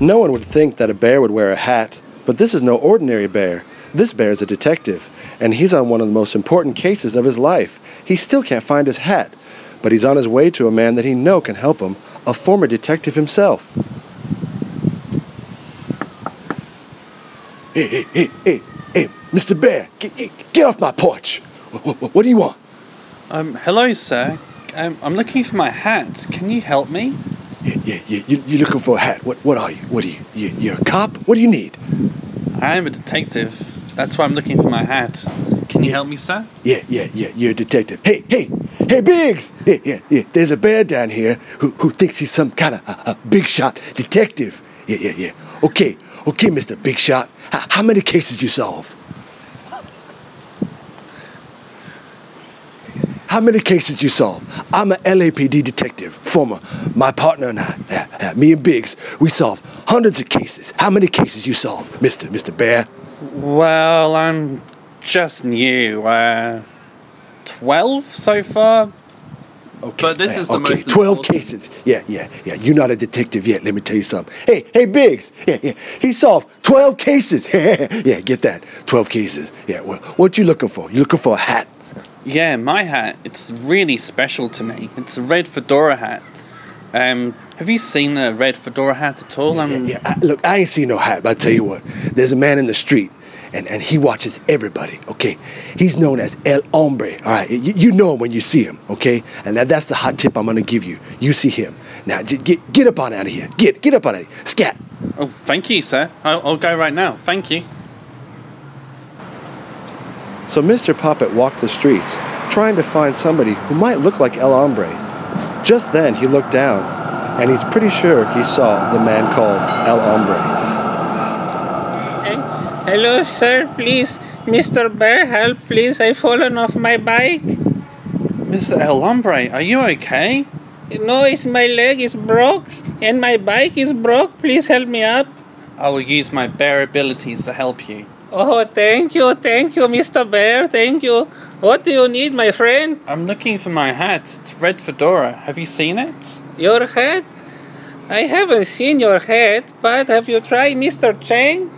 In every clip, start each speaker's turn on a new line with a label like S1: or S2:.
S1: No one would think that a bear would wear a hat, but this is no ordinary bear. This bear is a detective, and he's on one of the most important cases of his life. He still can't find his hat, but he's on his way to a man that he know can help him, a former detective himself. Hey, hey, hey, hey, hey, Mr. Bear, get, get- get off my porch. What, what, what do you want?
S2: Um, hello, sir. Um, I'm looking for my hat. Can you help me?
S1: Yeah, yeah, yeah. You, you're looking for a hat. What, what are you? What are you? you? You're a cop? What do you need?
S2: I am a detective. That's why I'm looking for my hat. Can you help me, sir?
S1: Yeah, yeah, yeah. You're a detective. Hey, hey, hey, Biggs. Yeah, yeah, yeah. There's a bear down here who, who thinks he's some kind of a, a big shot detective. Yeah, yeah, yeah. Okay, okay, Mr. Big Shot. H- how many cases you solve? How many cases you solve? I'm a LAPD detective, former. My partner and I, yeah, yeah, me and Biggs, we solve hundreds of cases. How many cases you solve, Mr. Mr. Bear?
S2: Well, I'm just new. Uh, 12 so far?
S1: Okay.
S3: But this
S1: yeah,
S3: is the
S1: okay.
S3: most
S1: twelve
S3: important-
S1: cases. Yeah, yeah, yeah. You're not a detective yet. Let me tell you something. Hey, hey, Biggs. Yeah, yeah. He solved twelve cases. Yeah, yeah. Get that. Twelve cases. Yeah. Well, what you looking for? You looking for a hat?
S2: Yeah, my hat. It's really special to me. It's a red fedora hat. Um, have you seen a red fedora hat at all? Um,
S1: Yeah,
S2: I'm,
S1: yeah. I, look, I ain't seen no hat, but I tell you what. There's a man in the street, and and he watches everybody. Okay. He's known as El Hombre. All right. You, you know him when you see him. Okay. And that, that's the hot tip I'm gonna give you. You see him. Now j- get get up on out of here. Get get up on out of here. Scat.
S2: Oh, thank you, sir. I'll, I'll go right now. Thank you.
S1: So Mr. Poppet walked the streets, trying to find somebody who might look like El Hombre. Just then he looked down, and he's pretty sure he saw the man called El Hombre.
S4: Hello, sir, please. Mr. Bear, help, please. I've fallen off my bike.
S2: Mr. El Hombre, are you okay?
S4: No, it's my leg is broke and my bike is broke. Please help me up.
S2: I will use my bare abilities to help you.
S4: Oh, thank you, thank you, Mr. Bear. Thank you. What do you need, my friend?
S2: I'm looking for my hat. It's red fedora. Have you seen it?
S4: Your head? I haven't seen your head, but have you tried Mr. Chang?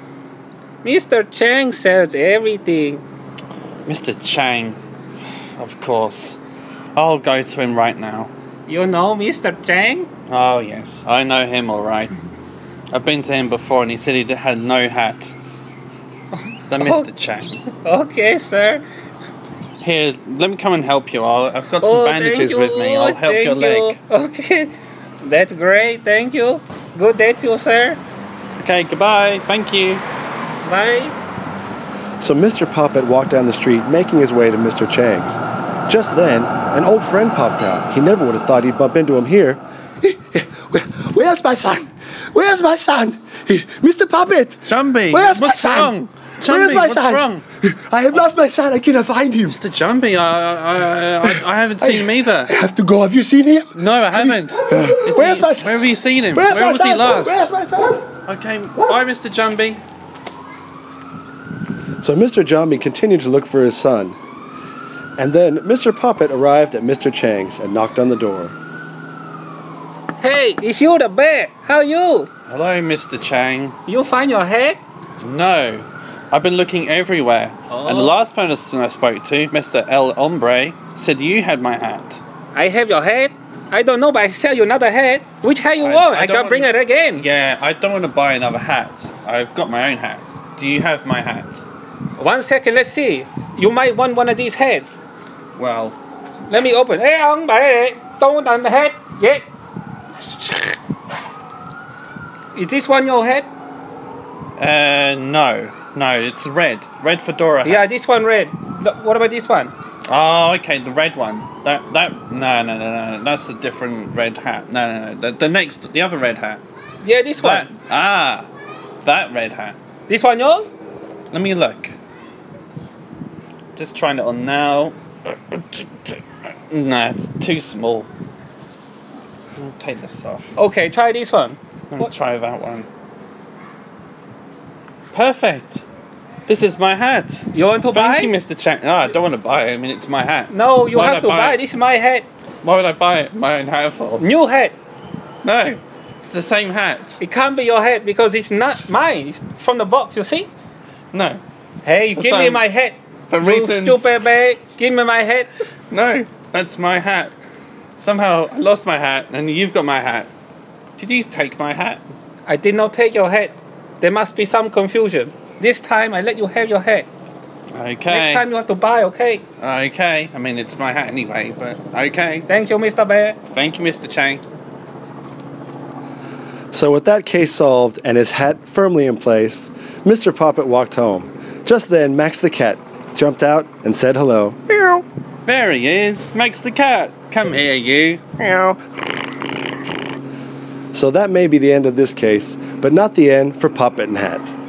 S4: Mr. Chang sells everything.
S2: Mr. Chang. Of course. I'll go to him right now.
S4: You know Mr. Chang?
S2: Oh, yes. I know him all right. I've been to him before and he said he had no hat. The
S4: Oh.
S2: Mr. Chang.
S4: Okay, sir.
S2: Here, let me come and help you. I'll, I've got some
S4: Oh, thank
S2: bandages
S4: you.
S2: with me. I'll help
S4: Thank
S2: your leg.
S4: you. Okay, that's great. Thank you. Good day to you, sir.
S2: Okay, goodbye. Thank you.
S4: Bye.
S1: So Mr. Poppet walked down the street, making his way to Mr. Chang's. Just then, an old friend popped out. He never would have thought he'd bump into him here. where's my son? Where's my son? Mr. Poppet!
S2: Jambi,
S1: Where's my
S2: what's
S1: son?
S2: wrong?
S1: Where's
S2: Jambi,
S1: my
S2: what's
S1: son?
S2: wrong?
S1: I have lost my son. I cannot find him.
S2: Mr. Jumpy, I, I, I, I haven't
S1: I-
S2: seen him either.
S1: I have to go. Have you seen him?
S2: No, I haven't. Is
S1: Where's
S2: he-
S1: my son?
S2: Where have you seen him?
S1: Where's
S2: Where
S1: my
S2: was
S1: son?
S2: he last?
S1: Where's my son?
S2: Okay, bye, Mr. Jumpy.
S1: So Mr. Jambi continued to look for his son. And then Mr. Poppet arrived at Mr. Chang's and knocked on the door.
S4: Hey, it's you the bear. How you?
S2: Hello, Mr. Chang.
S4: You find your head?
S2: No, I've been looking everywhere. And the last person I spoke to, Mr. El Hombre, said you had my hat.
S4: I have your head. I don't know, but I sell you another head. Which head you
S2: I-
S4: want?
S2: I
S4: I,
S2: don't
S4: can bring
S2: want-
S4: it again.
S2: Yeah, I don't want to buy another hat. I've got my own hat. Do you have my hat?
S4: One second, let's see. You might want one of these heads.
S2: Well,
S4: Let me open. Hey, ông bể, don't on the head. Yeah. Is this one your head?
S2: uh, no. No, it's red. Red fedora hat.
S4: Yeah, this one red. Th- What about this one?
S2: Oh, okay, the red one. That that no no no no. That's a different red hat. No no no. The, the next the other red hat.
S4: Yeah, this
S2: That
S4: one.
S2: ah, that red hat.
S4: This one yours?
S2: Let me look. Just trying it on now. Nah, it's too small. I'll take this off.
S4: Okay, try this one.
S2: I'll try that one. Perfect. This is my hat.
S4: You want to buy?
S2: Thank you, Mr. Chang. No, I don't want to buy it. I mean, it's my hat.
S4: No, you
S2: Why
S4: have to
S2: would I
S4: buy.
S2: buy it?
S4: This is my head.
S2: Why would I buy it? My own hat for.
S4: New head.
S2: No, It's the same hat.
S4: It can't be your hat because it's not mine. It's from the box, you see?
S2: No.
S4: Hey,
S2: For
S4: give me
S2: some-
S4: my hat.
S2: for
S4: you
S2: reasons-
S4: stupid bag. Give me my hat.
S2: No. That's my hat. Somehow I lost my hat and you've got my hat. Did you take my hat?
S4: I did not take your hat. There must be some confusion. This time I let you have your hat.
S2: Okay.
S4: Next time you have to buy, okay?
S2: Okay. I mean, it's my hat anyway, but okay.
S4: Thank you, Mr. Bear.
S2: Thank you, Mr. Chang.
S1: So, with that case solved and his hat firmly in place, Mr. Poppet walked home. Just then, Max the cat jumped out and said hello. Meow,
S2: There he is. Max the cat. Come here, you.
S1: meow. So, that may be the end of this case, but not the end for Poppet and Hat.